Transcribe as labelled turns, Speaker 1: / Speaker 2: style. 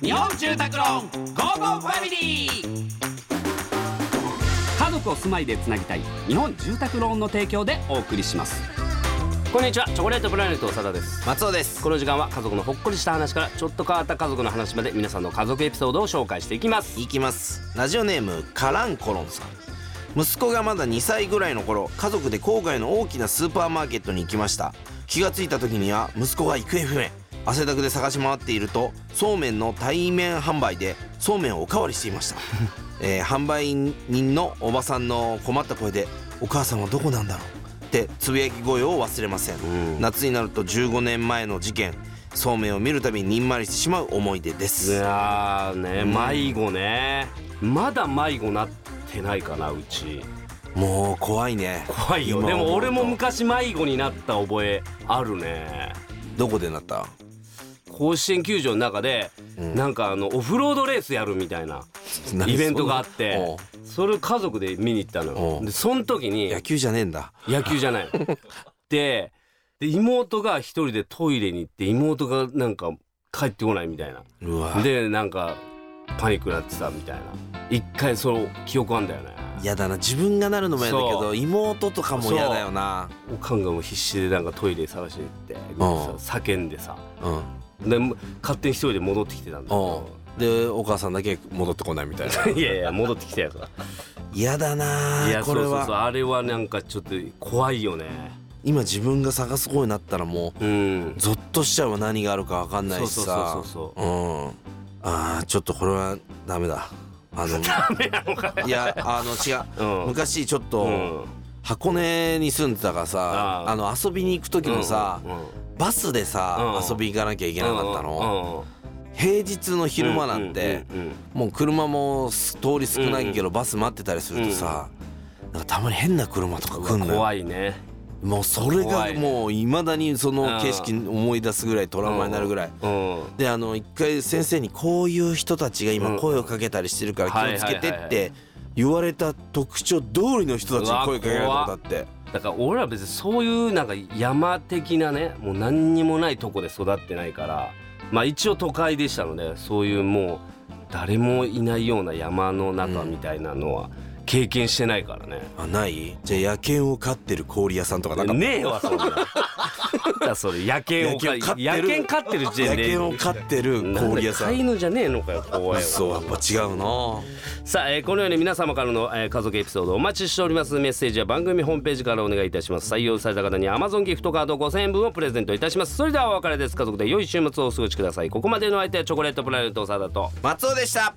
Speaker 1: 日本住宅ローンゴーゴーファミリー家族を住まいでつなぎたい日本住宅ローンの提供でお送りしますこんにちはチョコレートプラネット長田です
Speaker 2: 松尾です
Speaker 1: この時間は家族のほっこりした話からちょっと変わった家族の話まで皆さんの家族エピソードを紹介していきます
Speaker 2: いきますラジオネームカランコロンさん息子がまだ2歳ぐらいの頃家族で郊外の大きなスーパーマーケットに行きました気がついた時には息子が行方不明汗だくで探し回っているとそうめんの対面販売でそうめんをおかわりしていました、えー販売人のおばさんの困った声で「お母さんはどこなんだろう?」ってつぶやき声を忘れません夏になると15年前の事件そうめんを見るたびにんまりしてしまう思い出です
Speaker 1: いやーね迷子ねまだ迷子なってないかなうち
Speaker 2: もう怖いね
Speaker 1: 怖いよ
Speaker 2: 今
Speaker 1: で
Speaker 2: 思うと
Speaker 1: も俺も昔迷子になった覚えあるね
Speaker 2: どこでなった
Speaker 1: 甲子園球場の中で、
Speaker 2: うん
Speaker 1: なんかあのオフロードレースやるみたいなイベントがあってそれを家族で見に行ったの
Speaker 2: お
Speaker 1: よ
Speaker 2: う
Speaker 1: でその時に
Speaker 2: 野球じゃねえんだ
Speaker 1: 野球じゃない でで妹が一人でトイレに行って妹がなんか帰ってこないみたいう
Speaker 2: わ
Speaker 1: なでなんかパニックになってたみたいな一回その記憶あんだよね
Speaker 2: やだな自分がなるのも嫌だけ
Speaker 1: そ
Speaker 2: ど
Speaker 1: う
Speaker 2: 妹とかも嫌だよな
Speaker 1: おかんがもう必死でなんかトイレ探しに行
Speaker 2: お
Speaker 1: っ
Speaker 2: う
Speaker 1: てさ叫んでさ
Speaker 2: うん
Speaker 1: でも勝手に一人で戻ってきてたんだけど
Speaker 2: うんでお母さんだけ戻ってこないみたい な
Speaker 1: いやいや戻ってきたやつだ
Speaker 2: 嫌だ
Speaker 1: い
Speaker 2: な
Speaker 1: や
Speaker 2: こ
Speaker 1: そう
Speaker 2: れ
Speaker 1: そうそう
Speaker 2: は
Speaker 1: あれはなんかちょっと怖いよね
Speaker 2: 今自分が探す子になったらも
Speaker 1: うん
Speaker 2: うゾッとしちゃうわ何があるか分かんないし
Speaker 1: そ
Speaker 2: さ
Speaker 1: うそうそう
Speaker 2: うんあーちょっとこれはダメだ あのいやあの違う
Speaker 1: うん
Speaker 2: 昔ちょっ
Speaker 1: う
Speaker 2: と
Speaker 1: ん
Speaker 2: 箱根に住んでたからさ
Speaker 1: あー
Speaker 2: あの遊びに行く時もさ
Speaker 1: うんうん
Speaker 2: バスでさ
Speaker 1: うん
Speaker 2: 遊び行かなきゃいけなかったの
Speaker 1: の
Speaker 2: 平日の昼間なんて
Speaker 1: うんうんうん
Speaker 2: もう車も通り少ないけどバス待ってたりするとさなんかたまに変な車とか来んのよ
Speaker 1: 怖いね
Speaker 2: もうそれ
Speaker 1: 怖
Speaker 2: が
Speaker 1: いね
Speaker 2: もういまだにそ
Speaker 1: うん
Speaker 2: の景色思い出すぐらいトラウマになるぐらい
Speaker 1: うん
Speaker 2: であの一回先生にこういう人たちが
Speaker 1: うん
Speaker 2: 今声をかけたりしてるから気をつ
Speaker 1: はいはい
Speaker 2: けて
Speaker 1: はいはい
Speaker 2: って言われた特徴通りの人たちに声かけられたことあって
Speaker 1: だから俺ら別にそういうなんか山的なねもう何にもないとこで育ってないからまあ一応都会でしたのでそういうもう誰もいないような山の中みたいなのは経験してないからね、
Speaker 2: あないじゃあ野犬を飼ってる氷屋さんとかなんか
Speaker 1: ねえわそんななんだそれ野犬を飼い
Speaker 2: 野犬飼ってる
Speaker 1: 野犬飼ってる時
Speaker 2: 野
Speaker 1: 点で
Speaker 2: 犬を飼ってる
Speaker 1: なんだ
Speaker 2: 氷
Speaker 1: よ
Speaker 2: 屋さ
Speaker 1: 飼
Speaker 2: ん
Speaker 1: い犬じゃねえのかよ怖いわ
Speaker 2: そうやっぱ違うな
Speaker 1: さあ、えーこのように皆様からの、えー家族エピソードお待ちしておりますメッセージは番組ホームページからお願いいたします採用された方に Amazon ギフトカード5000円分をプレゼントいたしますそれではお別れです家族で良い週末をお過ごしくださいここまでのお相手はチョコレートプラネット長田と
Speaker 2: 松尾でした